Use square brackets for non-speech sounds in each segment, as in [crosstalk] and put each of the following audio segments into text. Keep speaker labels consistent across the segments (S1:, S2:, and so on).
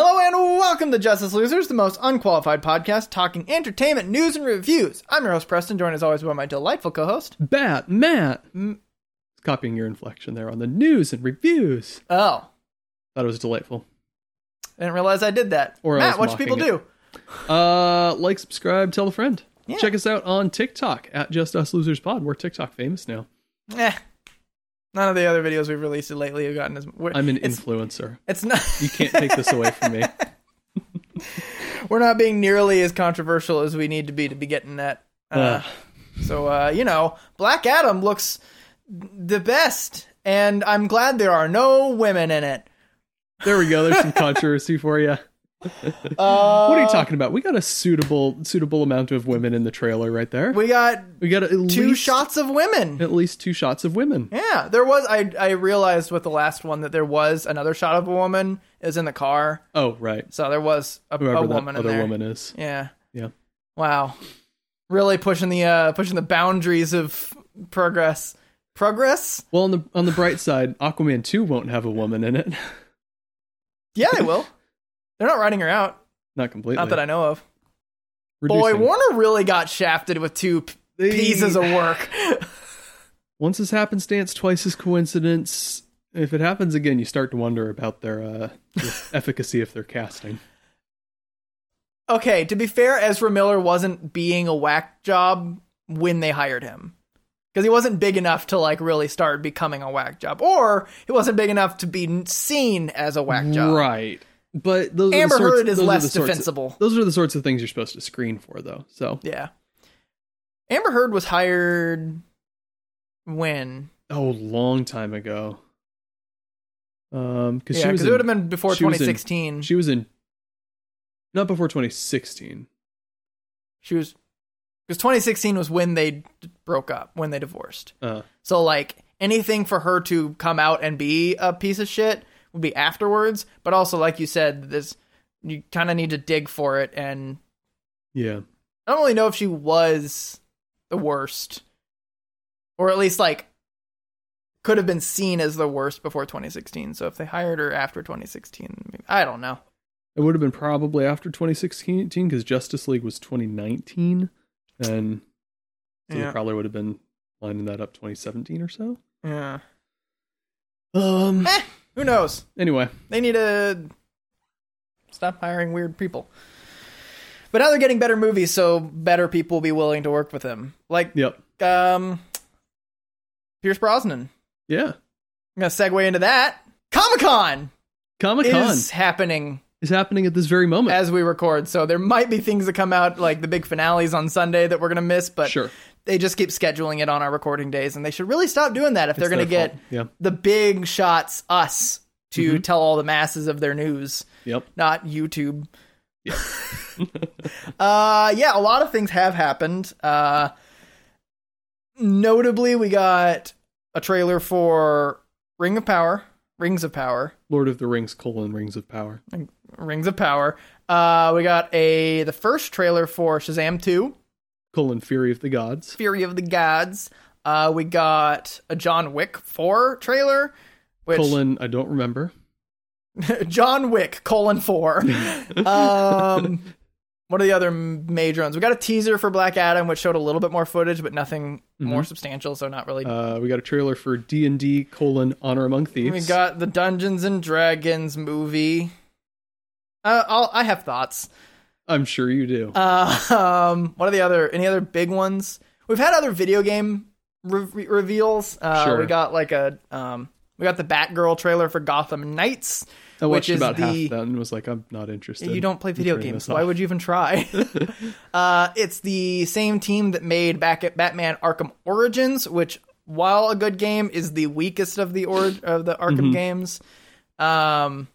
S1: Welcome to Justice Losers, the most unqualified podcast talking entertainment, news, and reviews. I'm your host, Preston, joined as always by my delightful co host.
S2: Bat, Matt. Copying your inflection there on the news and reviews.
S1: Oh,
S2: Thought it was delightful.
S1: I didn't realize I did that.
S2: Or I
S1: Matt,
S2: was
S1: what should people
S2: mocking
S1: do?
S2: Uh, like, subscribe, tell a friend.
S1: Yeah.
S2: Check us out on TikTok at Just Us Losers Pod. We're TikTok famous now.
S1: Eh. None of the other videos we've released lately have gotten as. We're,
S2: I'm an
S1: it's,
S2: influencer.
S1: it's not.
S2: [laughs]
S1: [laughs]
S2: You can't take this away from me.
S1: we're not being nearly as controversial as we need to be to be getting that. Uh,
S2: Uh,
S1: So uh, you know, Black Adam looks the best, and I'm glad there are no women in it.
S2: there we go. There's some controversy
S1: [laughs]
S2: for you.
S1: Uh,
S2: What are you talking about? We got a suitable suitable amount of women in the trailer right there.
S1: We got
S2: We got at
S1: two
S2: least
S1: shots of women.
S2: at least two shots of women.
S1: Yeah, there was. I I realized with the last one that there was another shot of a woman is in the car,
S2: Oh, right.
S1: so there was a,
S2: Whoever
S1: a
S2: that
S1: woman in
S2: other
S1: there.
S2: woman is.
S1: Yeah.
S2: Yeah.
S1: Wow. Really pushing the uh pushing the boundaries of progress. Progress?
S2: Well, on the on the bright side, Aquaman 2 won't have a woman in it. [laughs]
S1: Yeah, they will. They're not writing her out.
S2: Not completely.
S1: Not that I know of. Boy,
S2: Reducing.
S1: Warner really got shafted with two p-
S2: They-
S1: pieces of work.
S2: Once is happenstance, twice is coincidence. If it happens again, you start to wonder about their uh, the
S1: [laughs]
S2: efficacy of their casting.
S1: okay, to be fair, Ezra Miller wasn't being a whack job when they hired him. Because he wasn't big enough to like really start becoming a whack job, or he wasn't big enough to be n- seen as a whack job.
S2: Right. But those
S1: Amber
S2: are the sorts,
S1: Heard is
S2: those are
S1: less
S2: the sorts of-
S1: defensible.
S2: those are the sorts of things you're supposed to screen for, though. So,
S1: Yeah. Amber Heard was hired when?
S2: oh, long time ago. Um, because
S1: Yeah,
S2: she
S1: because
S2: was
S1: it
S2: in,
S1: would have been before
S2: she was in-
S1: 2016.
S2: she was in not before 2016.
S1: she was because 2016 was when they d- broke up, when they divorced.
S2: Uh,
S1: So like anything for her to come out and be a piece of shit would be afterwards. But also, like you said, this you kind of need to dig for it, and
S2: yeah.
S1: I don't really know if she was the worst, or at least like could have been seen as the worst before 2016. So if they hired her after 2016, maybe- I don't know.
S2: It would have been probably after 2016 because Justice League was 2019, and so
S1: Yeah.
S2: they probably would have been lining that up 2017 or so.
S1: Yeah.
S2: Um.
S1: Eh, who knows?
S2: Anyway,
S1: They need to stop hiring weird people. But now they're getting better movies, so better people will be willing to work with them. Like
S2: yep,
S1: um, Pierce Brosnan.
S2: yeah.
S1: I'm gonna segue into that. Comic Con
S2: Comic Con
S1: is
S2: is,
S1: happening
S2: happening at this very moment.
S1: as we record, so there might be things that come out like the big finales on Sunday that we're gonna miss. But
S2: sure,
S1: they just keep scheduling it on our recording days, and they should really stop doing that if they're
S2: It's
S1: gonna
S2: their
S1: get
S2: fault. yeah,
S1: the big shots us to
S2: Mhm.
S1: tell all the masses of their news.
S2: yep.
S1: not YouTube. [laughs] uh, yeah, a lot of things have happened. Uh, notably, we got a trailer for Ring of Power, Rings of Power,
S2: Lord of the Rings: colon Rings of Power.
S1: Rings of Power. Uh, we got a the first trailer for Shazam Two,
S2: colon Fury of the Gods.
S1: Fury of the Gods. Uh, we got a John Wick Four trailer, which
S2: colon I don't remember.
S1: John Wick colon
S2: [laughs]
S1: four. um, what are the other m- major ones? We got a teaser for Black Adam, which showed a little bit more footage, but nothing more substantial. So not really.
S2: Mm-hmm. Uh, we got a trailer for D and D: colon Honor Among Thieves.
S1: we got the Dungeons and Dragons movie. Uh, I'll, I have thoughts.
S2: I'm sure you do.
S1: Uh, um, what are the other? Any other big ones? We've had other video game re- re- reveals. Uh,
S2: Sure.
S1: We got like a. Um, we got the Batgirl trailer for Gotham Knights.
S2: I
S1: which
S2: watched
S1: is
S2: about half
S1: the-
S2: that and was like, I'm not interested.
S1: You don't play
S2: in
S1: video
S2: turning
S1: games.
S2: this off.
S1: Why would you even
S2: [laughs]
S1: try? [laughs] uh, it's the same team that made back at Batman Arkham Origins, which, while a good game, is the weakest of the or- of the Arkham
S2: Mm-hmm.
S1: games. Um,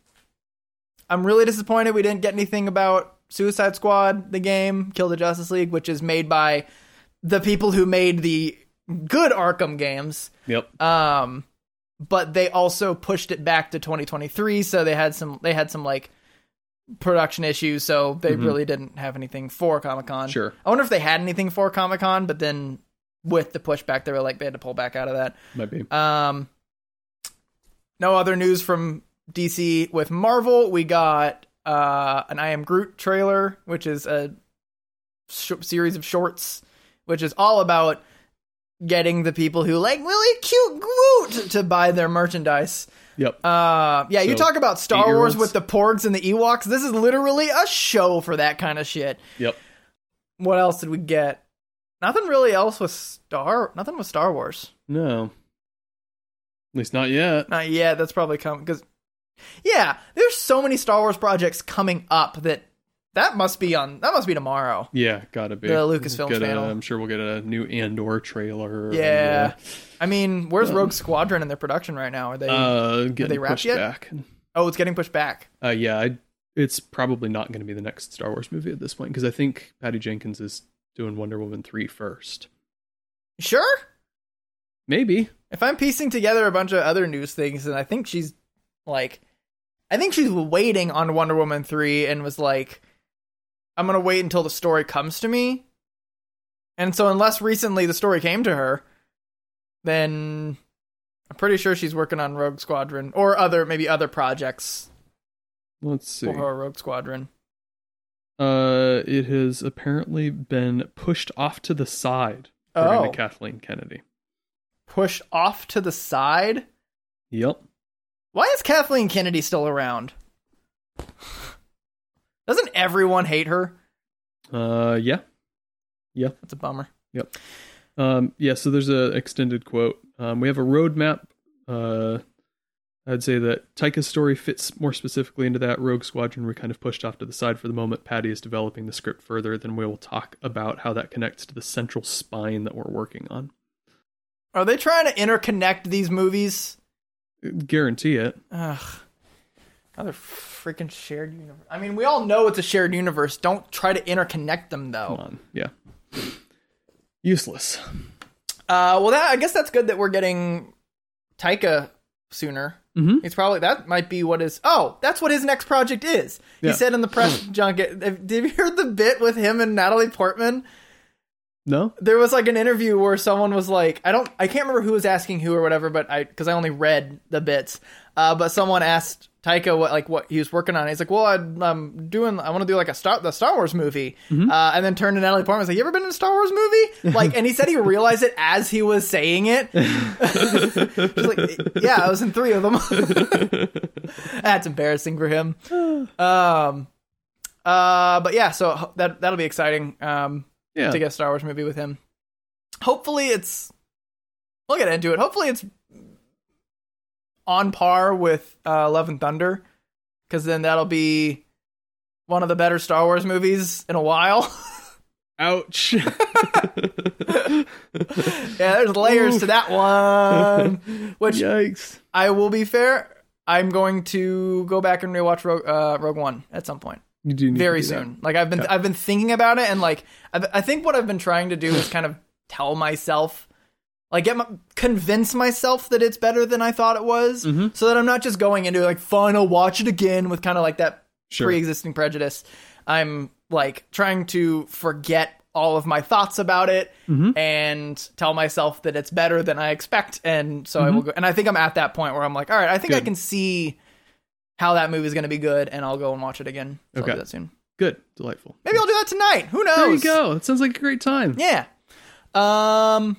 S1: I'm really disappointed we didn't get anything about Suicide Squad, the game Kill the Justice League, which is made by the people who made the good Arkham games.
S2: Yep.
S1: Um, but they also pushed it back to 2023, so they had some they had some like production issues, so they really didn't have anything for Comic Con.
S2: Sure.
S1: I wonder if they had anything for Comic Con, but then with the pushback, they were like they had to pull back out of that.
S2: Might be.
S1: Um, no other news from DC with Marvel. We got uh, an I Am Groot trailer, which is a sh- series of shorts, which is all about getting the people who like really cute Groot to buy their merchandise.
S2: Yep.
S1: Uh, yeah, you
S2: So,
S1: talk about Star Wars
S2: eight-year-olds?
S1: with the Porgs and the Ewoks. This is literally a show for that kind of shit.
S2: yep.
S1: What else did we get? Nothing really else was Star. Nothing was Star Wars.
S2: No. At least not yet.
S1: Not yet. Uh, That's probably coming because, yeah, there's so many Star Wars projects coming up that that must be on. That must be tomorrow.
S2: Yeah, gotta be.
S1: The Lucasfilm
S2: Get a-
S1: channel.
S2: I'm sure we'll get a new Andor trailer. and,
S1: Yeah.
S2: uh,
S1: I mean, where's Rogue Squadron in their production right now? Are they?
S2: uh, getting
S1: they wrapped
S2: pushed
S1: yet?
S2: back.
S1: oh, it's getting pushed back.
S2: Uh, yeah, I, it's probably not going to be the next Star Wars movie at this point because I think Patty Jenkins is doing Wonder Woman 3 first.
S1: Sure.
S2: Maybe.
S1: If I'm piecing together a bunch of other news things, and I think she's like, I think she's waiting on Wonder Woman three, and was like, I'm gonna wait until the story comes to me. And so, unless recently the story came to her, then I'm pretty sure she's working on Rogue Squadron or other maybe other projects
S2: Let's see.
S1: for her Rogue Squadron.
S2: Uh, it has apparently been pushed off to the side, according
S1: Oh.
S2: to Kathleen Kennedy.
S1: Pushed off to the side.
S2: Yep.
S1: Why is Kathleen Kennedy still around? [sighs] Doesn't everyone hate her?
S2: Uh, yeah.
S1: That's a bummer.
S2: Um, yeah, so there's a extended quote. Um, we have a roadmap. Uh, I'd say that Taika's story fits more specifically into that. Rogue Squadron, we kind of pushed off to the side for the moment. Patty is developing the script further. Then we will talk about how that connects to the central spine that we're working on.
S1: Are they trying to interconnect these movies?
S2: Guarantee it.
S1: Ugh. Another freaking shared universe. I mean, we all know it's a shared universe. Don't try to interconnect them,
S2: Come
S1: though.
S2: on. Yeah. Useless.
S1: Uh, well, that I guess that's good that we're getting Taika sooner.
S2: Mhm.
S1: It's probably that might be what is. Oh, that's what his next project is.
S2: Yeah.
S1: He said in the press junket. Have- Did you hear the bit with him and Natalie Portman? [gasps]
S2: No.
S1: there was like an interview where someone was like, I don't, I can't remember who was asking who or whatever, but I, because I only read the bits, uh, but someone asked Taika what like what he was working on. He's like, well, i I'm doing, I want to do like a Star, the Star Wars movie, uh, and then turned to Natalie Portman and was like, you ever been in a Star Wars movie? Like, and he said he realized it as he was saying it. She's like, yeah, I was in three of them. [laughs] That's embarrassing for him. Um, uh, but yeah, so that that'll be exciting. Um
S2: Yeah.
S1: to get a Star Wars movie with him. Hopefully, it's we'll get into it. Hopefully, it's on par with uh, Love and Thunder, because then that'll be one of the better Star Wars movies in a while. [laughs]
S2: Ouch. [laughs]
S1: yeah, there's layers to that one. Which
S2: Yikes.
S1: I will be fair, I'm going to go back and rewatch Rogue, uh, Rogue One at some point.
S2: You do need
S1: very
S2: to do that.
S1: soon. Like I've been I've been thinking about it, and like I, I think what I've been trying to do is kind of tell myself, like get my, convince myself that it's better than I thought it was,
S2: Mm-hmm.
S1: so that I'm not just going into like fine, I'll watch it again with kind of like that
S2: Sure.
S1: pre-existing prejudice. I'm like trying to forget all of my thoughts about it
S2: Mm-hmm.
S1: and tell myself that it's better than I expect, and so I will go. And I think I'm at that point where I'm like, all right, I think I
S2: Mm-hmm. Good.
S1: can see. How that movie's going to be good, and I'll go and watch it again. So I'll
S2: Okay.
S1: do that soon.
S2: Good. Delightful.
S1: Maybe I'll do that tonight. Who knows?
S2: There you go. That sounds like a great time.
S1: Yeah. Um.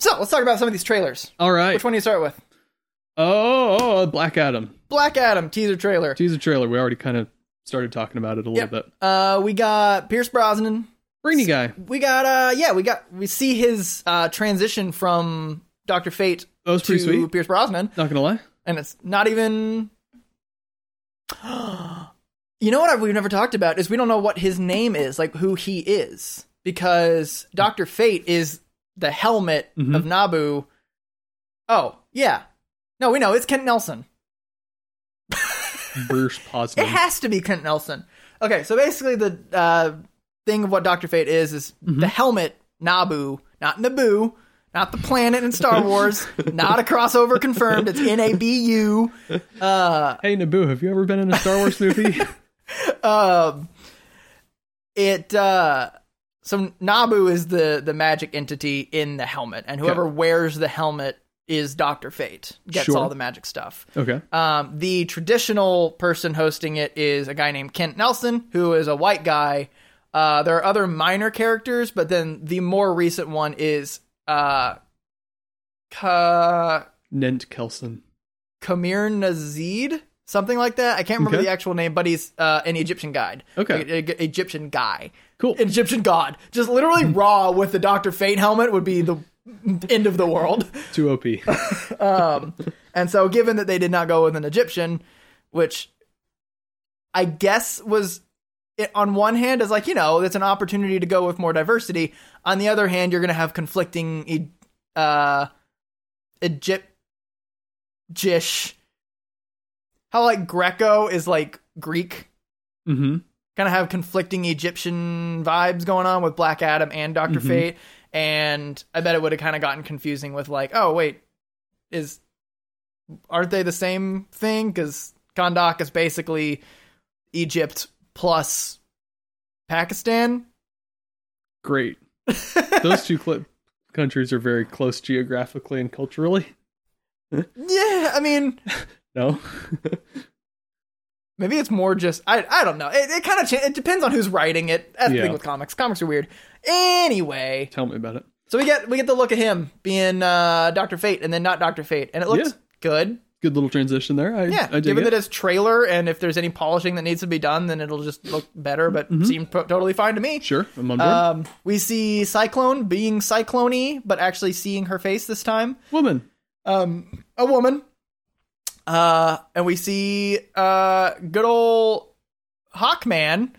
S1: So let's talk about some of these trailers.
S2: All right.
S1: Which one do you start with?
S2: Oh, oh, oh, Black Adam.
S1: Black Adam teaser trailer.
S2: Teaser trailer. We already kind of started talking about it a little
S1: Yep.
S2: bit.
S1: Uh, we got Pierce Brosnan.
S2: Brainy guy.
S1: We got uh, yeah, we got we see his uh transition from Doctor Fate
S2: That was
S1: to
S2: pretty sweet.
S1: Pierce Brosnan,
S2: Not gonna lie.
S1: and it's not even. [gasps] you know what I've, we've never talked about is we don't know what his name is, like who he is, because Doctor Fate is the helmet
S2: Mhm.
S1: of Nabu. Oh yeah, no, we know it's Kent Nelson. [laughs]
S2: Bruce
S1: It
S2: Posner.
S1: has to be Kent Nelson. Okay, so basically the uh, thing of what Doctor Fate is is the helmet Nabu, not Naboo, not the planet in Star Wars, not a crossover confirmed. It's N A B U. Uh,
S2: hey Naboo, have you ever been in a Star
S1: [laughs]
S2: Wars movie?
S1: um, it uh, so Nabu is the the magic entity in the helmet, and whoever wears the helmet is Doctor Fate gets
S2: Sure.
S1: all the magic stuff.
S2: Okay.
S1: Um, the traditional person hosting it is a guy named Kent Nelson, who is a white guy. Uh, there are other minor characters, but then the more recent one is uh, Ka-
S2: Nent Kelson.
S1: Kamir Nazid, something like that. I can't remember
S2: Okay.
S1: the actual name, but he's uh, an Egyptian guide.
S2: Okay.
S1: E- e- Egyptian guy.
S2: Cool.
S1: Egyptian god. Just literally raw with the Doctor Fate helmet would be the end of the
S2: [laughs]
S1: world.
S2: Too OP.
S1: Um, and so, given that they did not go with an Egyptian, which I guess was it, on one hand is like you know it's an opportunity to go with more diversity. On the other hand, you're going to have conflicting E- uh, Egyptish. How like Greco is like Greek,
S2: mm-hmm.
S1: kind of have conflicting Egyptian vibes going on with Black Adam and Doctor
S2: Mhm.
S1: Fate, and I bet it would have kind of gotten confusing with like, oh wait, is aren't they the same thing? Because Kondak is basically Egypt plus Pakistan.
S2: Great. Those two cl- countries are very close geographically and culturally.
S1: Yeah, I mean,
S2: No. [laughs]
S1: maybe it's more just I I don't know. It, it kind of cha- it depends on who's writing it. That's the
S2: Yeah.
S1: thing with comics. Comics are weird. Anyway,
S2: Tell me about it.
S1: So we get we get the look of him being uh, Doctor Fate and then not Doctor Fate, and it looks
S2: Yeah.
S1: good.
S2: Good little transition there. I,
S1: Yeah,
S2: I dig
S1: given
S2: it.
S1: that it's trailer, and if there's any polishing that needs to be done, then it'll just look better. But seemed po- totally fine to me.
S2: Mm-hmm. Sure. I'm on board.
S1: Um, we see Cyclone being Cyclone, but actually seeing her face this time,
S2: Woman.
S1: um, a woman. Uh, and we see uh, good old Hawkman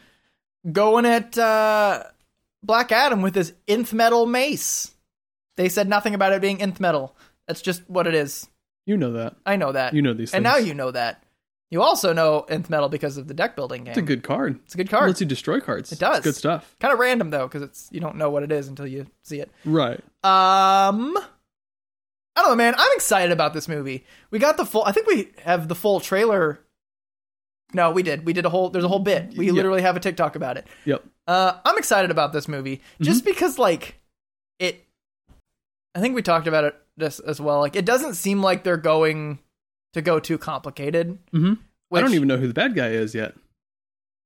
S1: going at uh, Black Adam with his nth metal mace. They said nothing about it being nth metal. That's just what it is.
S2: You know that.
S1: I know that.
S2: You know these
S1: and
S2: things.
S1: now you know that. You also know nth metal because of the deck building game.
S2: It's a good card.
S1: It's a good card.
S2: Lets you destroy cards. It
S1: does.
S2: good stuff.
S1: kind of random though, because it's you don't know what it is until you see it.
S2: Right.
S1: Um, I don't know, man. I'm excited about this movie. We got the full. I think we have the full trailer. No, we did. We did a whole. There's a whole bit. We
S2: Yeah.
S1: literally have a TikTok about it.
S2: Yep.
S1: Uh, I'm excited about this movie just
S2: Mm-hmm.
S1: because, like, it. I think we talked about it this as well. Like, it doesn't seem like they're going to go too complicated.
S2: Mm-hmm. I
S1: which-
S2: don't even know who the bad guy is yet.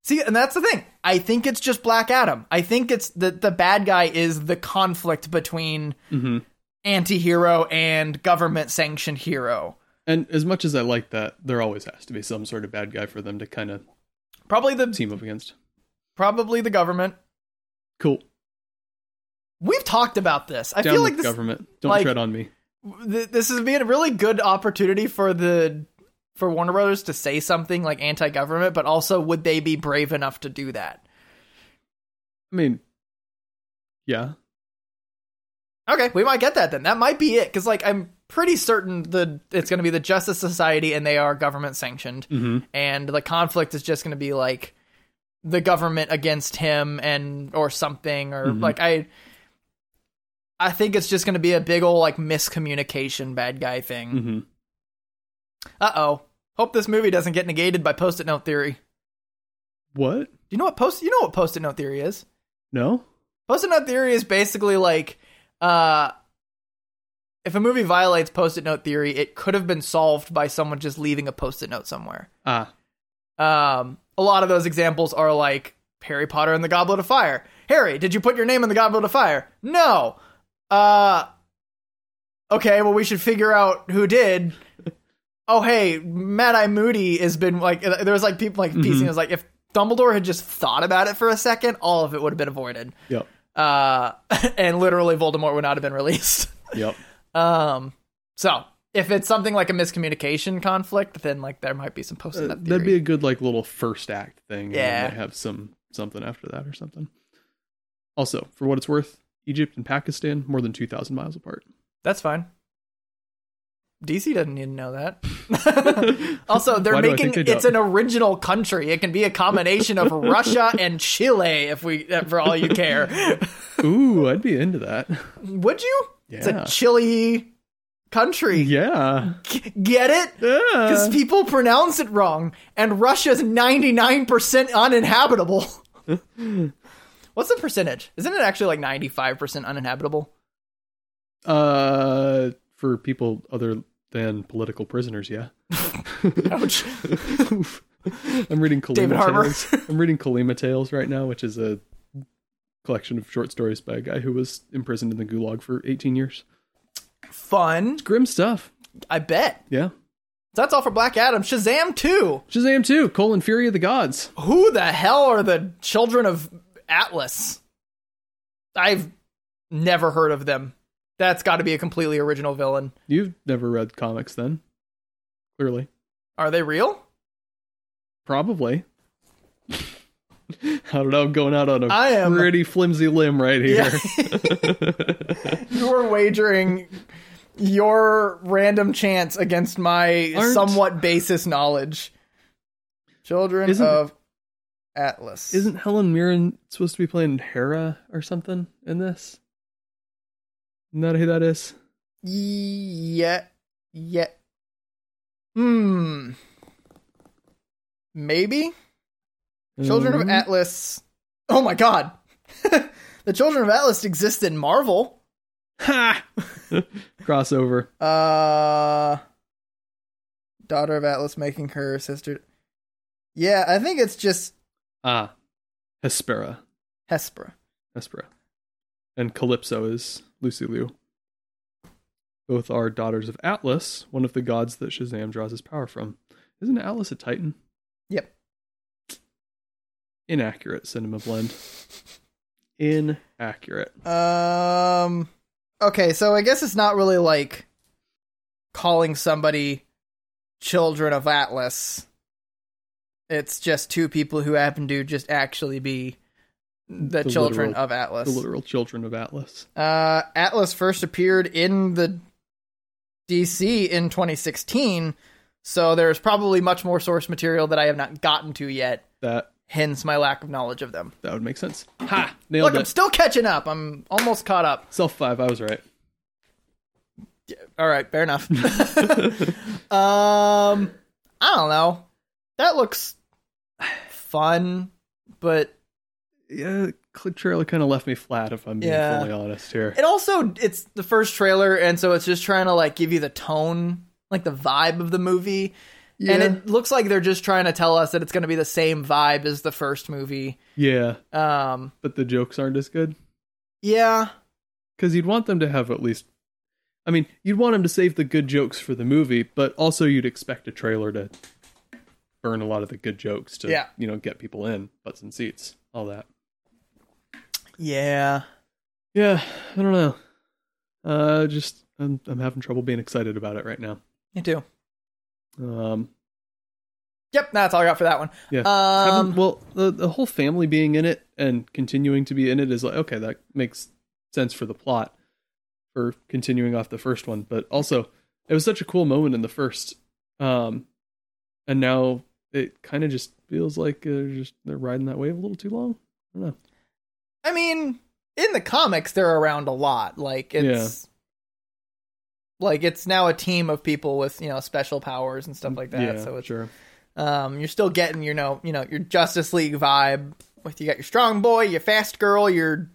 S1: See, and that's the thing. I think it's just Black Adam. I think it's the the bad guy is the conflict between
S2: Mm-hmm.
S1: anti-hero and government sanctioned hero.
S2: And as much as I like that, there always has to be some sort of bad guy for them to kind of
S1: Probably the
S2: team up against.
S1: probably the government.
S2: Cool.
S1: We've talked about this. I
S2: Down
S1: feel
S2: with
S1: like this
S2: government. Don't
S1: like-
S2: tread on me.
S1: th- this has been a really good opportunity for the for Warner Brothers to say something like anti-government, but also would they be brave enough to do that?
S2: I mean, yeah.
S1: Okay, we might get that then. That might be it cuz like I'm pretty certain the it's going to be the Justice Society and they are government sanctioned.
S2: Mm-hmm.
S1: and the conflict is just going to be like the government against him and or something or
S2: Mhm.
S1: like i i think it's just going to be a big old like miscommunication bad guy thing
S2: Mm-hmm.
S1: uh-oh hope this movie doesn't get negated by post-it note theory do
S2: What?
S1: you know what post you know what post-it note theory is
S2: No.
S1: post-it note theory is basically like uh if a movie violates post-it note theory it could have been solved by someone just leaving a post-it note somewhere
S2: Ah.
S1: Um, a lot of those examples are like Harry Potter and the Goblet of Fire. Harry, did you put your name in the Goblet of Fire? No. Uh, okay, well, we should figure out who did. Oh, hey, Mad Eye Moody has been like, there was like people like
S2: Mm-hmm.
S1: piecing, it was like, if Dumbledore had just thought about it for a second, all of it would have been avoided.
S2: Yep.
S1: Uh, [laughs] and literally Voldemort would not have been [laughs] released.
S2: Yep.
S1: um, so if it's something like a miscommunication conflict, then like there might be [laughs] some post
S2: Uh,
S1: in that theory.
S2: that'd be a good like little first act thing. and then
S1: Yeah.
S2: they have some something after that or something. Also, for what it's worth, Egypt and Pakistan more than two thousand
S1: [laughs]
S2: miles apart.
S1: That's fine. DC doesn't need to know
S2: [laughs]
S1: that. also, they're
S2: Why do I
S1: making
S2: think they
S1: it's
S2: don't?
S1: an original country. It can be a combination
S2: [laughs]
S1: of Russia and Chile if we if for all you care.
S2: Ooh, I'd be into that. [laughs]
S1: Would you? It's
S2: Yeah.
S1: a Chile country. [laughs]
S2: Yeah. Uh.
S1: G- Get it? Because
S2: Yeah.
S1: people pronounce it wrong, and Russia's ninety nine percent
S2: [laughs]
S1: uninhabitable. What's the percentage? Isn't it actually like ninety five percent uninhabitable?
S2: Uh, for people other than political prisoners. Yeah, [laughs]
S1: Ouch.
S2: I'm reading
S1: [laughs]
S2: Kalima
S1: David Harbour.
S2: Tales. I'm reading Kalima Tales right now, which is a collection of short stories by a guy who was imprisoned in the Gulag for 18 years.
S1: Fun.
S2: Grim stuff.
S1: I bet.
S2: Yeah.
S1: That's all for Black Adam. Shazam 2.
S2: Shazam 2, Colon Fury of the Gods.
S1: Who the hell are the children of Atlas? I've never heard of them. That's got to be a completely original villain.
S2: You've never read comics then. Clearly.
S1: Are they real?
S2: Probably. [laughs] I don't know. I'm going out on a
S1: I am-
S2: pretty flimsy limb right here.
S1: [laughs] you were wagering your random chance against my
S2: Aren't-
S1: somewhat basis knowledge. Children
S2: Isn't-
S1: of Atlas.
S2: Isn't Helen Mirren supposed to be playing Hera or something in this? Isn't that who that is?
S1: yeah yeah. Hmm. Maybe Children of
S2: Um,
S1: Atlas. Oh my god. [laughs] the Children of Atlas exist in Marvel.
S2: Ha! Crossover.
S1: Uh, daughter of Atlas making her sister. Yeah, I think it's just
S2: Ah. Hespera.
S1: Hespera.
S2: Hespera. And Calypso is Lucy Liu. Both are daughters of Atlas, one of the gods that Shazam draws his power from. Isn't Atlas a Titan?
S1: Yep.
S2: Inaccurate cinema blend. Inaccurate.
S1: Um. Okay, so I guess it's not really like calling somebody children of Atlas. It's just two people who happen to just actually be the,
S2: The
S1: children
S2: literal-
S1: of Atlas.
S2: The literal children of Atlas.
S1: Uh, Atlas first appeared in the DC in 2016, so there's probably much more source material that I have not gotten to yet.
S2: That
S1: Hence my lack of knowledge of them.
S2: that would make sense. Ha! Nailed
S1: Look, I'm
S2: it.
S1: still catching up. I'm almost caught up.
S2: Self five, I was right.
S1: All right, fair enough. [laughs] um, I don't know. That looks fun, but
S2: Yeah, cl- trailer kind of left me flat if I'm being
S1: Yeah.
S2: fully honest here.
S1: it also it's the first trailer, and so it's just trying to like give you the tone, like the vibe of the movie. And it looks like they're just trying to tell us that it's going to be the same vibe as the first movie.
S2: yeah,
S1: Um,
S2: but the jokes aren't as good.
S1: yeah,
S2: because you'd want them to have at least i mean you'd want them to save the good jokes for the movie but also you'd expect a trailer to burn a lot of the good jokes to
S1: Yeah.
S2: you know get people in butts and seats all that
S1: yeah.
S2: yeah i don't know uh just i'm, I'm having trouble being excited about it right now
S1: Me too.
S2: um
S1: Yep, that's all I got for that one.
S2: yeah Having-
S1: Um,
S2: well the, the whole family being in it and continuing to be in it is like okay that makes sense for the plot for continuing off the first one but also it was such a cool moment in the first um and now it kind of just feels like they're just they're riding that wave a little too long i don't know
S1: I mean, in the comics, they're around a lot. Like it's like it's now a team of people with you know special powers and stuff like that.
S2: yeah
S1: so it's
S2: sure
S1: um, you're still getting your know you know your Justice League vibe. With you got your strong boy, your fast girl, your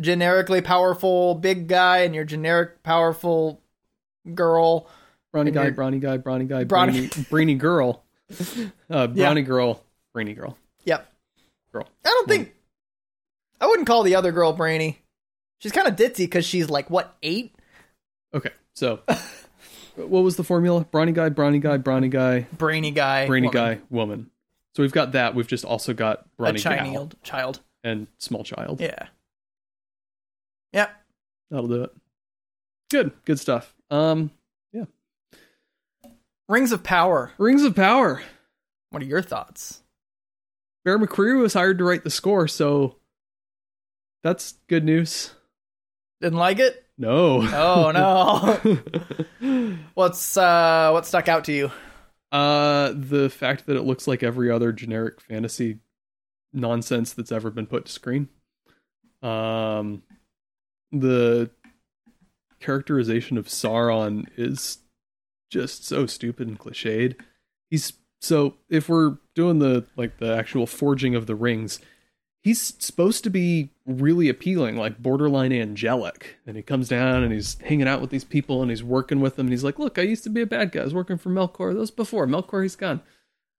S1: generically powerful big guy, and your generic powerful girl.
S2: brawny
S1: And
S2: guy
S1: you're-
S2: brawny guy brawny guy
S1: Brawny-
S2: brawny
S1: [laughs]
S2: brainy girl uh brawny girl brainy girl
S1: Yep.
S2: girl Hmm.
S1: I don't think I wouldn't call the other girl brainy. She's kind of ditzy because she's like what eight?
S2: okay
S1: [laughs]
S2: so what was the formula brawny guy brawny guy brawny guy
S1: Brainy guy.
S2: brainy
S1: woman.
S2: guy woman. So we've got that. We've just also got
S1: A
S2: brawny gal
S1: child. Child.
S2: and small child.
S1: Yeah. Yep.
S2: That'll do it. Good, good stuff. Um,
S1: Rings of Power.
S2: Rings of Power.
S1: What are your thoughts?
S2: Bear McCreary was hired to write the score, so that's good news.
S1: Didn't like it?
S2: No.
S1: Oh no.
S2: [laughs]
S1: What's uh what stuck out to you?
S2: uh, the fact that it looks like every other generic fantasy nonsense that's ever been put to screen. Um, the characterization of Sauron is just so stupid and cliched. He's so if we're doing the like the actual forging of the rings, he's supposed to be really appealing, like borderline angelic. And he comes down and he's hanging out with these people and he's working with them. And he's like, "Look, I used to be a bad guy. I was working for Melkor. That was before Melkor. He's gone.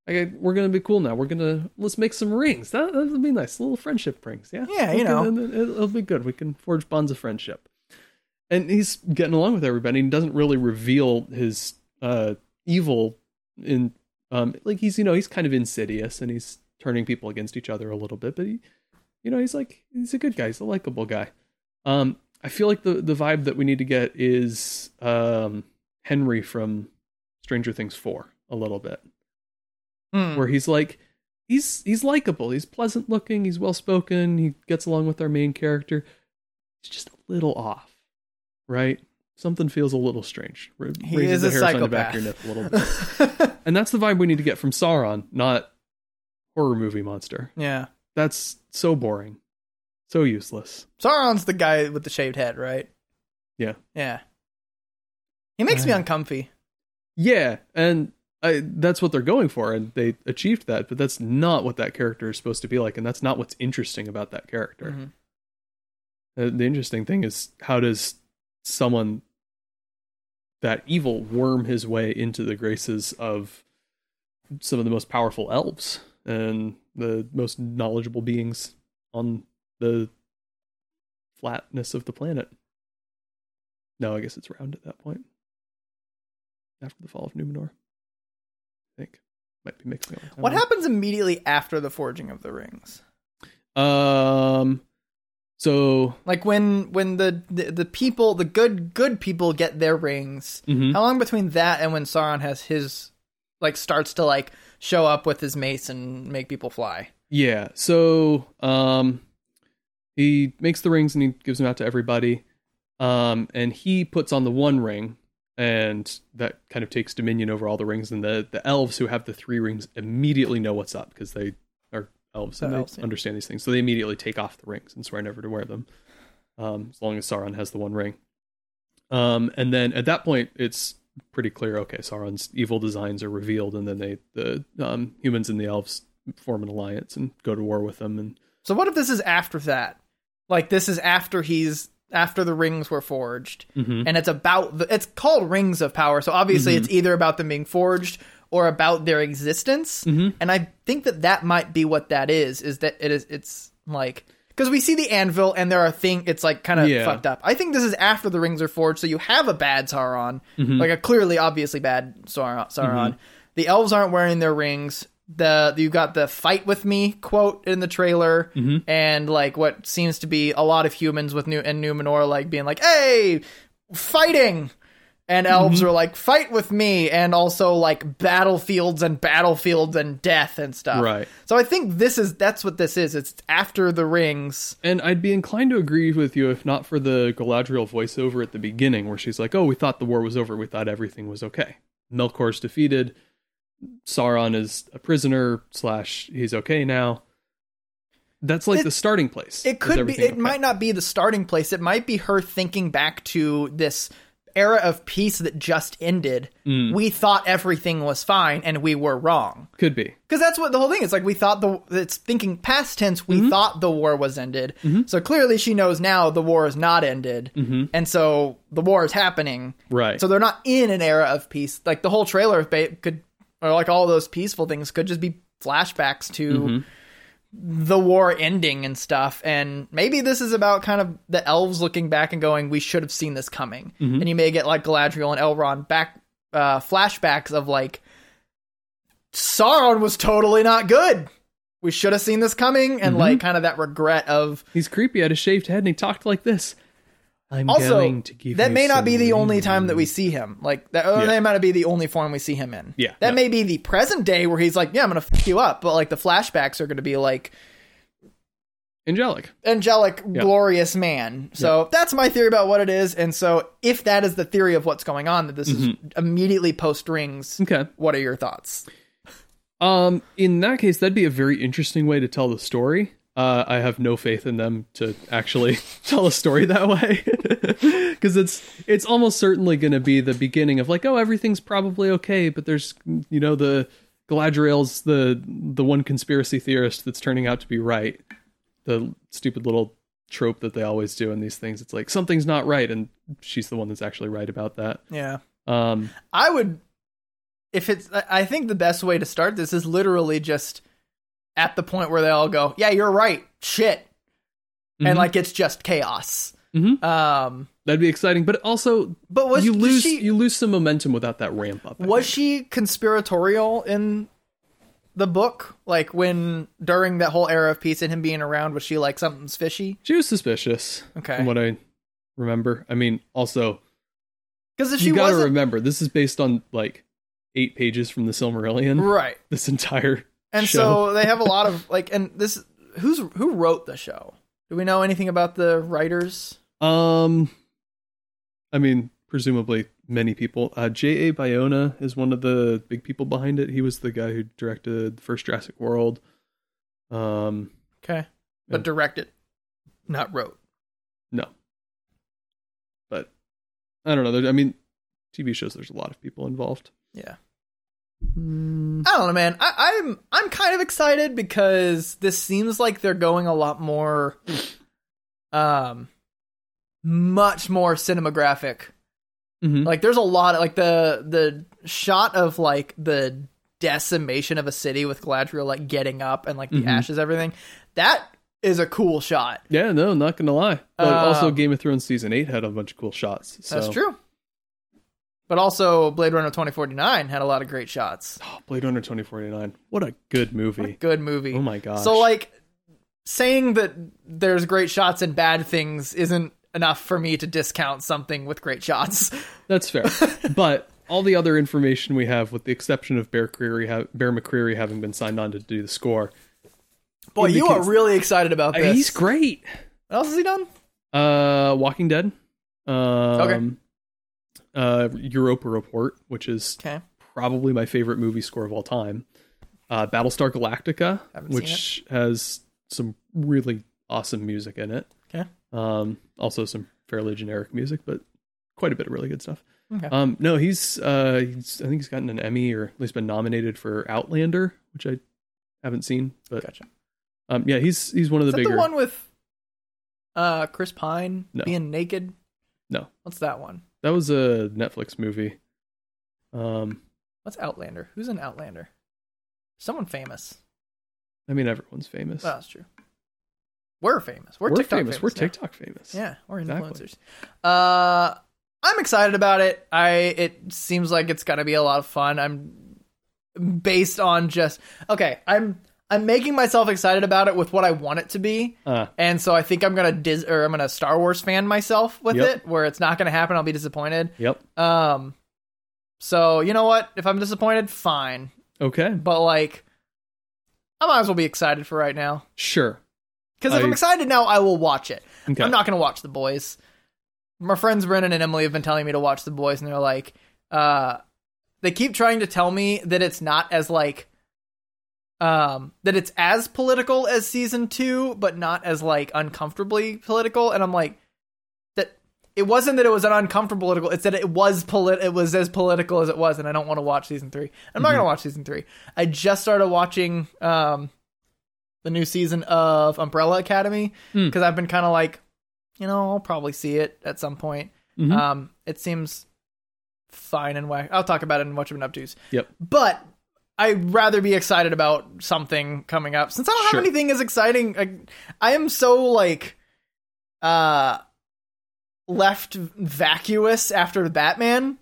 S2: Okay, we're gonna be cool now. We're gonna let's make some rings. That that'll be nice. Little friendship rings. Yeah,
S1: Yeah, you
S2: Okay,
S1: know.
S2: then it- it'll be good. We can forge bonds of friendship." And he's getting along with everybody. and doesn't really reveal his uh, evil in um like he's you know he's kind of insidious and he's turning people against each other a little bit but he you know he's like he's a good guy he's a likable guy um i feel like the the vibe that we need to get is um henry from stranger things 4 a little bit
S1: Hmm.
S2: where he's like he's he's likable he's pleasant looking he's well spoken he gets along with our main character he's just a little off right something feels a little strange Ra-
S1: He is
S2: raises the
S1: a
S2: hairs on the back of your
S1: psychopath.
S2: neck a
S1: [laughs]
S2: little bit and that's the vibe we need to get from Sauron, not horror movie monster.
S1: yeah.
S2: That's so boring, so useless.
S1: Sauron's the guy with the shaved head, right?
S2: Yeah.
S1: Yeah. He makes me
S2: Uh,
S1: uncomfy.
S2: Yeah, and I, that's what they're going for, and they achieved that. But that's not what that character is supposed to be like, and that's not what's interesting about that character.
S1: Mhm.
S2: Uh, The interesting thing is how does someone that evil worm his way into the graces of some of the most powerful elves and the most knowledgeable beings on the flatness of the planet. No, I guess it's round at that point. After the fall of Numenor. I think. Might be mixing up.
S1: What happens immediately after the forging of the rings?
S2: Um so
S1: Like when when the the, the people, the good good people get their rings.
S2: mhm.
S1: How long between that and when Sauron has his like starts to like show up with his mace and make people fly?
S2: Yeah. So um he makes the rings and he gives them out to everybody. Um and he puts on the one ring and that kind of takes dominion over all the rings and the the elves who have the three rings immediately know what's up because they are elves and
S1: They're
S2: they
S1: elves, yeah.
S2: understand these things. So they immediately take off the rings and swear never to wear them. Um as long as Sauron has the one ring. Um and then at that point it's pretty clear okay Sauron's evil designs are revealed and then they the um humans and the elves form an alliance and go to war with them and
S1: So what if this is after that? Like this is after he's after the rings were forged. and it's about the, it's called rings of power so obviously it's either about them being forged or about their existence
S2: Mhm.
S1: and i think that that might be what that is is that it is it's like because we see the anvil and there are thing it's like kind of
S2: Yeah.
S1: fucked up i think this is after the rings are forged so you have a bad sauron like a clearly obviously bad sauron, sauron. the elves aren't wearing their rings the you got the fight with me quote in the trailer and like what seems to be a lot of humans with new and numenor like being like hey fighting and elves were like fight with me and also like battlefields and battlefields and death and stuff
S2: Right.
S1: so i think this is that's what this is it's after the rings
S2: and I'd be inclined to agree with you if not for the Galadriel voiceover at the beginning where she's like oh we thought the war was over we thought everything was okay Melkor's defeated Sauron is a prisoner slash he's okay now that's like
S1: It-
S2: the starting place
S1: it could be it might not be the starting place it might be her thinking back to this era of peace that just ended we thought everything was fine and we were wrong
S2: could be
S1: because that's what the whole thing is like we thought the it's thinking past tense we thought the war was ended so clearly she knows now the war is not ended and so the war is happening
S2: right
S1: so they're not in an era of peace like the whole trailer ba- could or like all those peaceful things could just be flashbacks to the war ending and stuff and maybe this is about kind of the elves looking back and going we should have seen this coming and you may get like galadriel and elrond back uh, flashbacks of like sauron was totally not good we should have seen this coming and like kind of that regret of
S2: he's creepy had a shaved head and he talked like this I'm
S1: also
S2: going to give
S1: that
S2: you
S1: may not
S2: some
S1: be the only
S2: rings.
S1: time that we see him like that, or
S2: Yeah.
S1: that might not be the only form we see him in
S2: Yeah,
S1: that
S2: no.
S1: may be the present day where he's like yeah i'm gonna f you up but like the flashbacks are gonna be like
S2: angelic
S1: angelic
S2: Yeah.
S1: glorious man so that's my theory about what it is and so if that is the theory of what's going on that this is immediately post rings
S2: Mm-hmm. okay
S1: what are your thoughts
S2: Um, in that case, that'd be a very interesting way to tell the story. Uh, I have no faith in them to actually [laughs] tell a story that way, [laughs] because it's it's almost certainly going to be the beginning of like, oh, everything's probably okay, but there's you know the Galadriel's the the one conspiracy theorist that's turning out to be right, the stupid little trope that they always do in these things. It's like something's not right, and she's the one that's actually right about that.
S1: Yeah.
S2: Um,
S1: I would, if it's, I I think the best way to start this is literally just at the point where they all go, yeah, you're right, shit.
S2: Mhm.
S1: And like it's just chaos.
S2: Mhm.
S1: Um,
S2: that'd be exciting, but also
S1: but was
S2: you lose
S1: she,
S2: you lose some momentum without that ramp up. I
S1: was
S2: think.
S1: she conspiratorial in the book? Like when during that whole era of peace and him being around, was she like something's fishy?
S2: She was suspicious,
S1: Okay,
S2: from what I remember. I mean, also
S1: because if she
S2: you gotta
S1: wasn't
S2: remember this is based on like eight pages from the Silmarillion.
S1: right,
S2: [laughs] This entire
S1: and so they have a lot of like, and this who's who wrote the show? Do we know anything about the writers?
S2: Um, I mean, presumably many people. Uh, J.A. Bayona is one of the big people behind it. He was the guy who directed the first Jurassic World. Um,
S1: Okay, but
S2: Yeah.
S1: directed, not wrote.
S2: no, but I don't know. There- I mean, TV shows. There's a lot of people involved.
S1: Yeah. I don't know, man. I, I'm I'm kind of excited because this seems like they're going a lot more, um, much more cinematographic.
S2: Mhm.
S1: Like, there's a lot of like the the shot of like the decimation of a city with Galadriel like getting up and like the
S2: Mhm.
S1: ashes, everything. That is a cool shot.
S2: Yeah, no, not gonna lie. But also,
S1: Um,
S2: Game of Thrones season eight had a bunch of cool shots. So.
S1: That's true. But also, Blade Runner 2049 had a lot of great shots.
S2: Oh, Blade Runner twenty forty nine. What a good movie.
S1: Good movie.
S2: Oh my gosh.
S1: So like saying that there's great shots and bad things isn't enough for me to discount something with great shots. [laughs]
S2: That's fair. but all the other information we have, with the exception of Bear McCreary, ha- Bear McCreary having been signed on to do the score,
S1: Boy, you are
S2: Indicates-
S1: really excited about
S2: Uh,
S1: this.
S2: he's great.
S1: what else has he done?
S2: Uh, Walking Dead. Um, Uh, Europa Report, which is
S1: Okay.
S2: probably my favorite movie score of all time. Uh, Battlestar Galactica,
S1: Haven't seen
S2: which has some really awesome music in it.
S1: Okay.
S2: Um, also some fairly generic music, but quite a bit of really good stuff.
S1: Okay.
S2: Um, no, he's, uh, he's I think he's gotten an Emmy or at least been nominated for Outlander, which I haven't seen, but
S1: Gotcha.
S2: um, yeah, he's he's one of
S1: Is
S2: the
S1: that
S2: bigger.
S1: the one with uh Chris Pine
S2: No.
S1: being naked?
S2: No.
S1: What's that one?
S2: That was a Netflix movie. Um,
S1: What's Outlander? Who's in Outlander? Someone famous.
S2: I mean everyone's famous.
S1: Well, that's true. We're famous. We're,
S2: We're
S1: TikTok
S2: famous. We're
S1: famous now.
S2: TikTok famous.
S1: Yeah, or
S2: Exactly.
S1: influencers. Uh, I'm excited about it. I it seems like it's gonna be a lot of fun. I'm based on just okay. I'm I'm making myself excited about it with what I want it to be,
S2: Uh,
S1: and so I think I'm gonna dis or I'm gonna Star Wars fan myself with
S2: Yep.
S1: it, where it's not gonna happen. I'll be disappointed.
S2: yep.
S1: Um, so you know what? If I'm disappointed, fine.
S2: Okay.
S1: But like, I might as well be excited for right now.
S2: Sure.
S1: Because if I,
S2: I-
S1: am excited now, I will watch it.
S2: Okay.
S1: I'm not going to watch The Boys. My friends Brennan and Emily have been telling me to watch The Boys, and they're like, uh, they keep trying to tell me that it's not as like, um, that it's as political as season two, but not as like uncomfortably political. And I'm like, that it wasn't that it was an uncomfortable political. It's that it was polit. It was as political as it was, and I don't want to watch season three. I'm not going to watch season three. I just started watching um, the new season of Umbrella Academy
S2: Hmm.
S1: because I've been kind of like, you know, I'll probably see it at some point.
S2: Mhm.
S1: Um, it seems fine and whack. I'll talk about it in Watch Up Tos.
S2: Yep.
S1: But I'd rather be excited about something coming up since I don't
S2: Sure.
S1: have anything as exciting. I, I am so like, uh, left vacuous after the
S2: [laughs]
S1: Batman.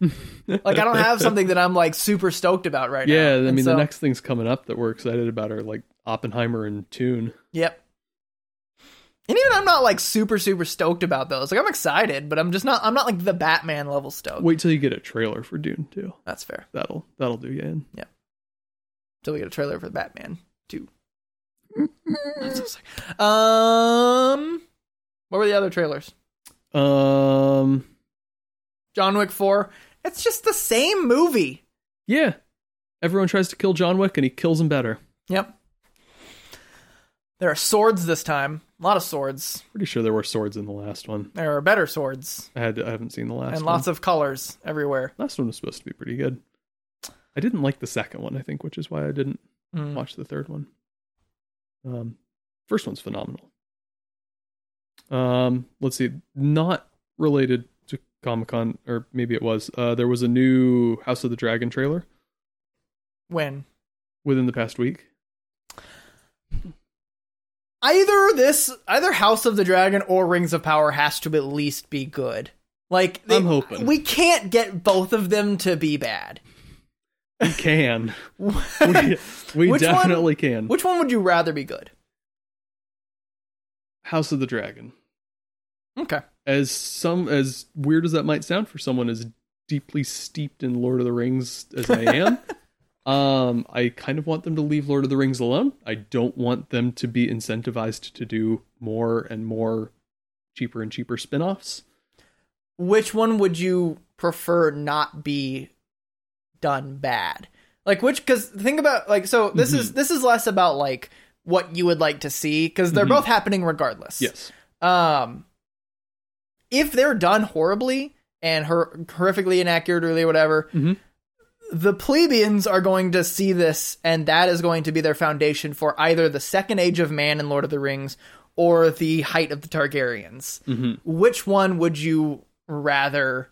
S1: like I don't have something that I'm like super stoked about right now.
S2: yeah, I
S1: And
S2: mean
S1: so-
S2: the next things coming up that we're excited about are like Oppenheimer and Tune.
S1: Yep. And even I'm not like super super stoked about those. Like I'm excited, but I'm just not. I'm not like the Batman level stoked.
S2: Wait till you get a trailer for Dune too.
S1: That's fair.
S2: That'll that'll do you in.
S1: Till we get a trailer for Batman two. I'm so sorry. um, what were the other trailers?
S2: Um,
S1: John Wick four. It's just the same movie.
S2: yeah. Everyone tries to kill John Wick and he kills him better.
S1: Yep. There are swords this time. A lot of swords.
S2: Pretty sure there were swords in the last one.
S1: There are better swords
S2: I had I haven't seen the last
S1: and
S2: one.
S1: lots of colors everywhere.
S2: last one was supposed to be pretty good. I didn't like the second one, I think, which is why I didn't
S1: Mm.
S2: watch the third one. Um, first one's phenomenal. Um, let's see, not related to Comic Con, or maybe it was. Uh, there was a new House of the Dragon trailer
S1: When
S2: within the past week.
S1: either this, either House of the Dragon or Rings of Power has to at least be good. Like they-
S2: I'm hoping.
S1: we can't get both of them to be
S2: [laughs]
S1: bad. [laughs]
S2: We can. we we
S1: Which one-
S2: definitely can.
S1: Which one would you rather be good?
S2: House of the Dragon.
S1: Okay.
S2: As some as weird as that might sound for someone as deeply steeped in Lord of the Rings as I am, um, I kind of want them to leave Lord of the Rings alone. I don't want them to be incentivized to do more and more cheaper and cheaper spin-offs.
S1: Which one would you prefer not be done bad? Like which cuz think about like so this
S2: Mm-hmm.
S1: is this is less about like what you would like to see cuz they're
S2: Mhm.
S1: both happening regardless.
S2: Yes.
S1: Um if they're done horribly and hor- horrifically inaccurate or whatever,
S2: Mhm.
S1: the plebeians are going to see this and that is going to be their foundation for either the second age of man in Lord of the Rings or the height of the Targaryens.
S2: Mm-hmm.
S1: which one would you rather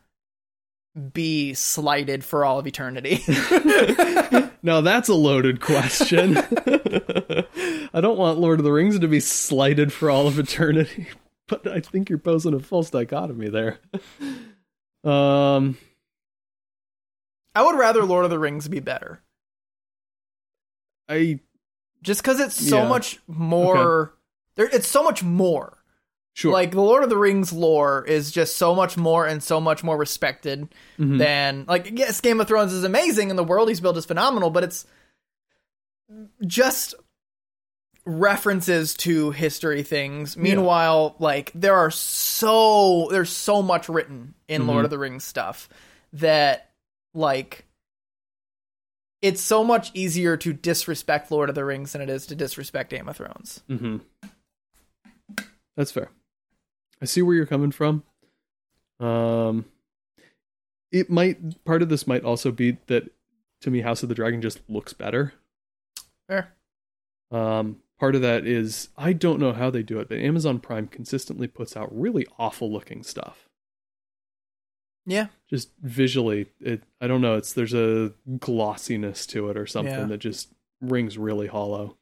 S1: be slighted for all of eternity? [laughs]
S2: Now that's a loaded question. I don't want Lord of the Rings to be slighted for all of eternity, but I think you're posing a false dichotomy there. Um,
S1: I would rather Lord of the Rings be better,
S2: I
S1: just because it's so
S2: Yeah.
S1: much more. There, it's so much more.
S2: sure
S1: Like the Lord of the Rings lore is just so much more and so much more respected
S2: Mhm.
S1: than like yes, Game of Thrones is amazing and the world he's built is phenomenal, but it's just references to history things. Meanwhile, like there are so there's so much written in
S2: Mhm.
S1: Lord of the Rings stuff that like it's so much easier to disrespect Lord of the Rings than it is to disrespect Game of Thrones.
S2: Mhm. That's fair. I see where you're coming from. Um, it might part of this might also be that to me, House of the Dragon just looks better.
S1: Fair.
S2: Um, part of that is I don't know how they do it, but Amazon Prime consistently puts out really awful looking stuff.
S1: Yeah.
S2: Just visually, it I don't know. It's there's a glossiness to it or something
S1: Yeah.
S2: that just rings really hollow.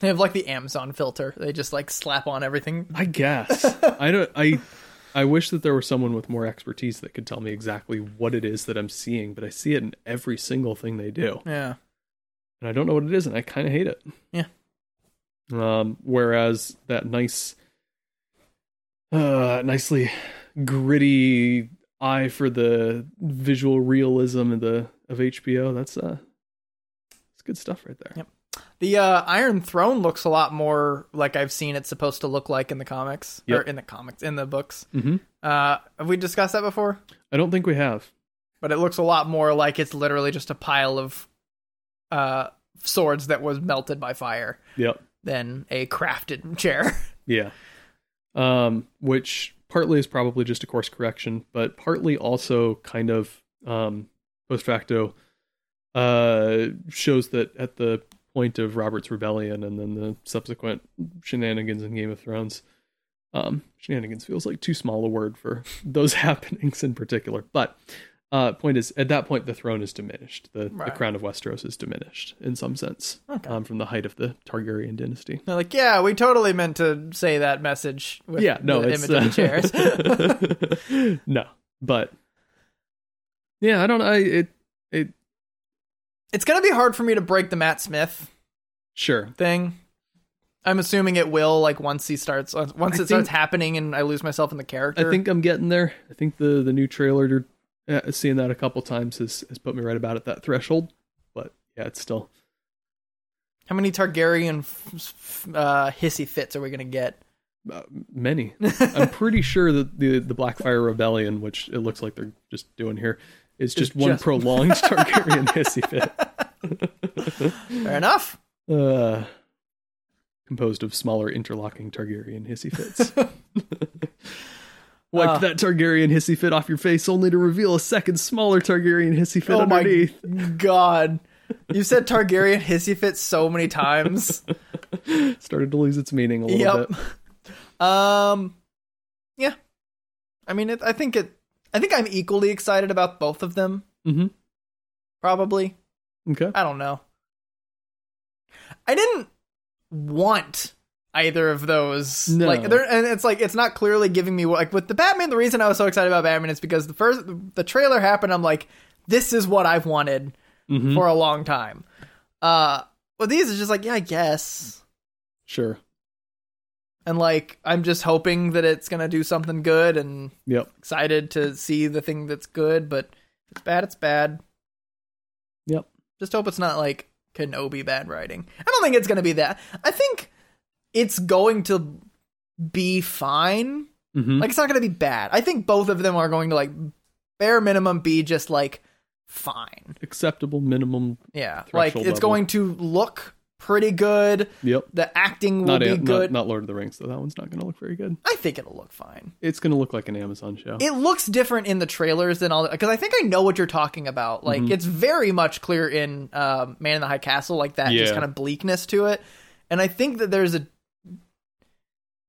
S1: They have like the Amazon filter. They just like slap on everything. [laughs]
S2: I guess I don't. I I wish that there were someone with more expertise that could tell me exactly what it is that I'm seeing, but I see it in every single thing they do.
S1: Yeah.
S2: and I don't know what it is, and I kind of hate it.
S1: Yeah.
S2: Um, whereas that nice, uh, nicely gritty eye for the visual realism of the of HBO, that's uh, it's good stuff right there.
S1: Yep. The uh, Iron Throne looks a lot more like I've seen it's supposed to look like in the comics or
S2: Yep.
S1: in the comics in the books.
S2: Mm-hmm.
S1: Uh, have we discussed that before?
S2: I don't think we have.
S1: But it looks a lot more like it's literally just a pile of uh, swords that was melted by fire
S2: Yep.
S1: than a crafted [laughs] chair.
S2: Yeah. Um, which partly is probably just a course correction, but partly also kind of um, post facto uh, shows that at the point of Robert's rebellion and then the subsequent shenanigans in Game of Thrones, um, shenanigans feels like too small a word for [laughs] those happenings in particular. But uh, point is, at that point, the throne is diminished. The, the
S1: Right.
S2: crown of Westeros is diminished in some sense
S1: Okay.
S2: um, from the height of the Targaryen dynasty.
S1: They're like, yeah, we totally meant to say that message with
S2: [laughs] yeah, no,
S1: the
S2: it's, uh,
S1: image of the chairs.
S2: [laughs] chairs. [laughs] no, but yeah, I don't. I it it
S1: it's going to be hard for me to break the Matt Smith
S2: sure.
S1: thing. I'm assuming it will like once he starts once it
S2: think-
S1: starts happening and I lose myself in the character.
S2: I think I'm getting there. I think the the new trailer, uh, seeing that a couple times has has put me right about at that threshold. But yeah, it's still
S1: how many Targaryen f- f- uh, hissy fits are we gonna
S2: [laughs]
S1: get?
S2: uh, many. I'm pretty sure that the the Blackfire Rebellion, which it looks like they're just doing here, is just one
S1: just-
S2: prolonged Targaryen hissy fit.
S1: Fair enough.
S2: uh, composed of smaller interlocking Targaryen hissy
S1: [laughs]
S2: fits. Wipe
S1: Uh.
S2: that Targaryen hissy fit off your face, only to reveal a second smaller Targaryen hissy fit
S1: oh
S2: underneath. [laughs]
S1: my god, you said Targaryen hissy fit so many times.
S2: started to lose its meaning a little
S1: Yep.
S2: bit.
S1: Um, yeah. I mean, it, I think it. I think I'm equally excited about both of them.
S2: Mhm.
S1: Probably.
S2: Okay.
S1: I don't know. I didn't want either of those.
S2: No.
S1: Like, they're, and it's like it's not clearly giving me like with the Batman. The reason I was so excited about Batman is because the first the trailer happened. I'm like, this is what I've wanted
S2: Mhm.
S1: for a long time. Uh, well, these is just like, yeah, I guess
S2: Sure.
S1: and like I'm just hoping that it's gonna do something good and
S2: Yep.
S1: excited to see the thing that's good, but if it's bad, it's bad.
S2: Yep.
S1: Just hope it's not like Kenobi bad writing. I don't think it's gonna be that. I think it's going to be fine.
S2: Mhm.
S1: Like it's not gonna be bad. I think both of them are going to like bare minimum be just like fine.
S2: Acceptable minimum.
S1: Yeah. like
S2: Threshold
S1: it's
S2: level.
S1: going to look pretty good.
S2: Yep.
S1: The acting will
S2: Not,
S1: be
S2: a, not
S1: good.
S2: not Lord of the Rings though. That one's not going to look very good.
S1: I think it'll look fine.
S2: It's going to look like an Amazon show.
S1: it looks different in the trailers than all because I think I know what you're talking about. Like
S2: Mm-hmm.
S1: it's very much clear in um, Man in the High Castle, like that just
S2: Yeah.
S1: kind of bleakness to it. And I think that there's a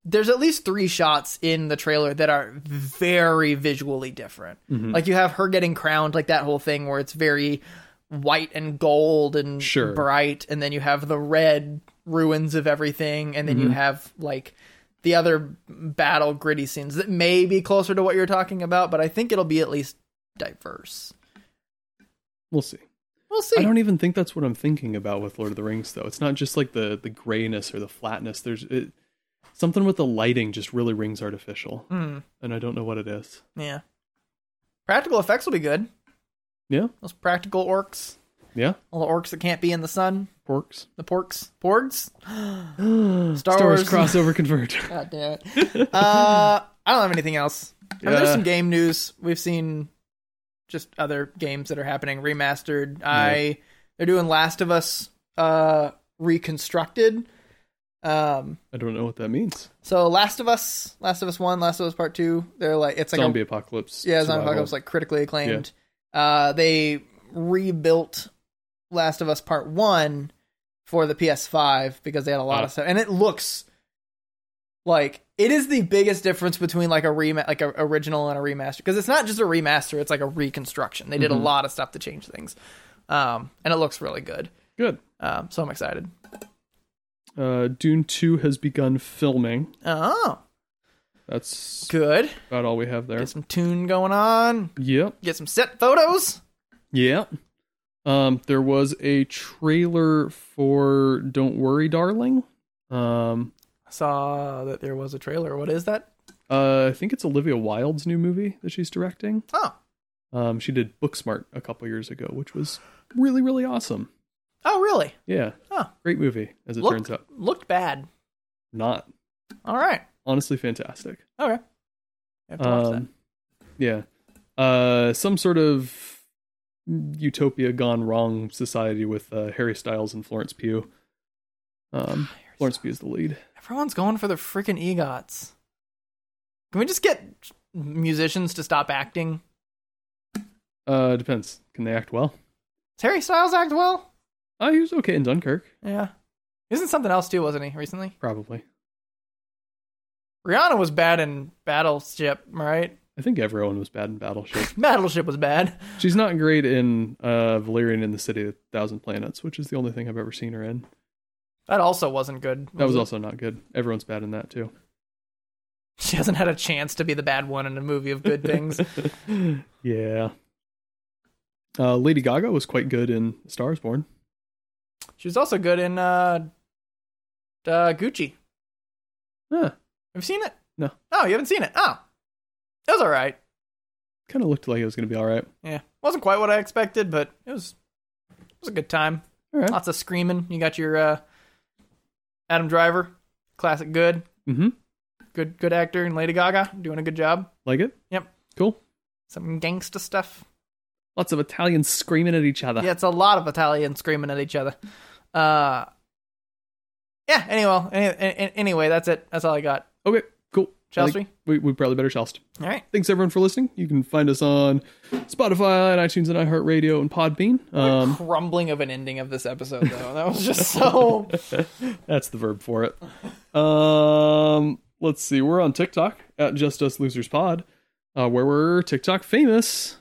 S1: there's at least three shots in the trailer that are very visually different.
S2: Mhm.
S1: Like you have her getting crowned, like that whole thing where it's very white and gold and
S2: Sure.
S1: bright, and then you have the red ruins of everything, and then
S2: Mm-hmm.
S1: you have like the other battle gritty scenes that may be closer to what you're talking about, but I think it'll be at least diverse.
S2: we'll see.
S1: We'll see.
S2: I don't e- even think that's what I'm thinking about with Lord of the Rings though. It's not just like the the grayness or the flatness. There's it, something with the lighting just really rings artificial,
S1: Hmm,
S2: and I don't know what it is.
S1: yeah. Practical effects will be good.
S2: Yeah.
S1: Those practical orcs,
S2: Yeah.
S1: all the orcs that can't be in the sun,
S2: Porks.
S1: the porks, porgs.
S2: Star,
S1: Wars. [laughs]
S2: crossover convert.
S1: God damn it.
S2: [laughs]
S1: Uh, I don't have anything else. I mean, there's
S2: Yeah.
S1: some game news. We've seen just other games that are happening remastered. I they're doing Last of Us uh, reconstructed. Um,
S2: I don't know what that means.
S1: so Last of Us, Last of Us One, Last of Us Part Two. They're like it's like a
S2: zombie apocalypse.
S1: yeah, Zombie
S2: survival.
S1: Apocalypse like critically acclaimed. Uh, they rebuilt Last of Us Part One for the PS5 because they had a lot
S2: Oh.
S1: of stuff, and it looks like it is the biggest difference between like a rema- like a original and a remaster because it's not just a remaster; it's like a reconstruction. They did a lot of stuff to change things, um, and it looks really good.
S2: Good.
S1: Um, so I'm excited.
S2: Uh, Dune Two has begun filming.
S1: Oh,
S2: That's
S1: good.
S2: about all we have there.
S1: Get some tune going on.
S2: Yep.
S1: Get some set photos.
S2: Yeah. Um, there was a trailer for "Don't Worry, Darling." Um,
S1: I saw that there was a trailer. What is that?
S2: uh, I think it's Olivia Wilde's new movie that she's directing.
S1: Oh,
S2: Um, she did Booksmart a couple years ago, which was really, really awesome.
S1: oh, really?
S2: Yeah,
S1: Huh.
S2: great movie as it
S1: Look-
S2: turns out.
S1: looked bad.
S2: Not
S1: All right.
S2: honestly fantastic.
S1: Okay. I have to watch that.
S2: Um, Yeah. Uh, some sort of utopia gone wrong society with uh, Harry Styles and Florence Pugh. Um, Florence Pugh is the lead.
S1: Everyone's going for the freaking EGOTs. Can we just get musicians to stop acting?
S2: Uh, depends. Can they act well?
S1: Does Harry Styles act well?
S2: Uh, he was okay in Dunkirk,
S1: Yeah. Isn't something else too, wasn't he, recently?
S2: probably.
S1: Rihanna was bad in Battleship, right? [laughs]
S2: I think everyone was bad in Battleship.
S1: Battleship was bad.
S2: She's not great in uh, Valerian in the City of a Thousand Planets, which is the only thing I've ever seen her in.
S1: That also wasn't good.
S2: That was
S1: it?
S2: also not good. Everyone's bad in that too.
S1: She hasn't had a chance to be the bad one in a movie of good things.
S2: [laughs] Yeah. Uh, Lady Gaga was quite good in Stars Born.
S1: she was also good in uh, uh Gucci.
S2: Huh.
S1: Have you seen it?
S2: No.
S1: Oh, you haven't seen it? Oh. It was alright.
S2: Kind of looked like it was going to be all right.
S1: Yeah, wasn't quite what I expected, but it was it was a good time.
S2: All right.
S1: Lots of screaming. You got your uh, Adam Driver, classic, good,
S2: Mm-hmm.
S1: good, good actor, and Lady Gaga doing a good job.
S2: Like it?
S1: Yep.
S2: Cool.
S1: Some gangsta stuff.
S2: Lots of Italians screaming at each other.
S1: Yeah, it's a lot of Italians screaming at each other. Uh, yeah. Anyway, anyway, anyway, that's it. That's all I got.
S2: Okay. Cool. I
S1: Chelsea.
S2: think We, we probably better Chelst.
S1: All right.
S2: Thanks everyone for listening. You can find us on Spotify and iTunes and iHeartRadio and Podbean. Um,
S1: Crumbling of an ending of this episode though. That was just so.
S2: that's the verb for it. Um, let's see. We're on TikTok at Just Us Losers Pod, uh, where we're TikTok famous.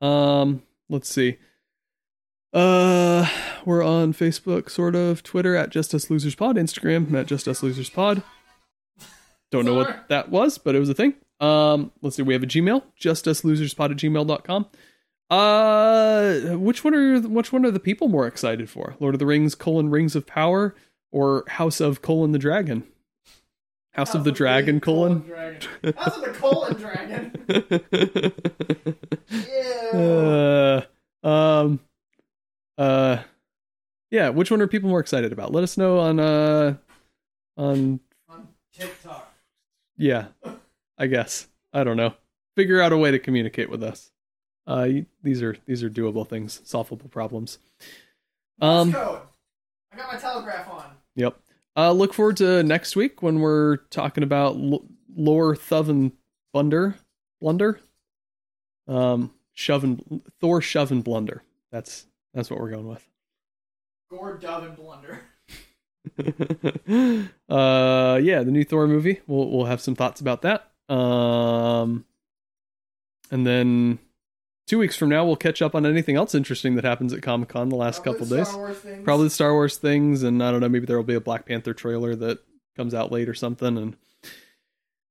S2: Um, let's see. Uh, we're on Facebook, sort of Twitter at Just Us Losers Pod, Instagram at Just Us Losers Pod. Don't know
S1: Sorry.
S2: what that was, but it was a thing. Um, let's see. We have a Gmail, Just Us Losers Pod at gmail.com. Uh, which one are which one are the people more excited for? Lord of the Rings: colon Rings of Power or House of colon the Dragon? House, of the Dragon colon.
S1: That's the colon dragon.
S2: [laughs]
S1: Yeah.
S2: uh, um, uh, yeah. Which one are people more excited about? Let us know on uh, on
S1: On TikTok.
S2: yeah. I guess I don't know. Figure out a way to communicate with us. Uh, you- these are these are doable things, solvable problems. Um.
S1: code. I got my telegraph on.
S2: Yep. Uh, look forward to next week when we're talking about L- Lore, Thuv, and Blunder. Blunder? Um, shove and, Thor, Shove, and Blunder. That's that's what we're going
S1: Gore, Dove, and Blunder.
S2: with. uh, yeah, the new Thor movie. We'll we'll have some thoughts about that. Um, and then two weeks from now, we'll catch up on anything else interesting that happens at Comic Con the last couple days. probably the Star Wars things, and I don't know, maybe there will be a Black Panther trailer that comes out late or something, and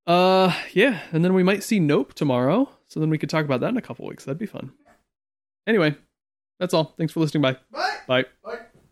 S2: uh, yeah, and then we might see Nope tomorrow, so then we could talk about that in a couple weeks. That'd be fun. Anyway, that's all. Thanks for listening. Bye.
S1: But,
S2: Bye.
S1: but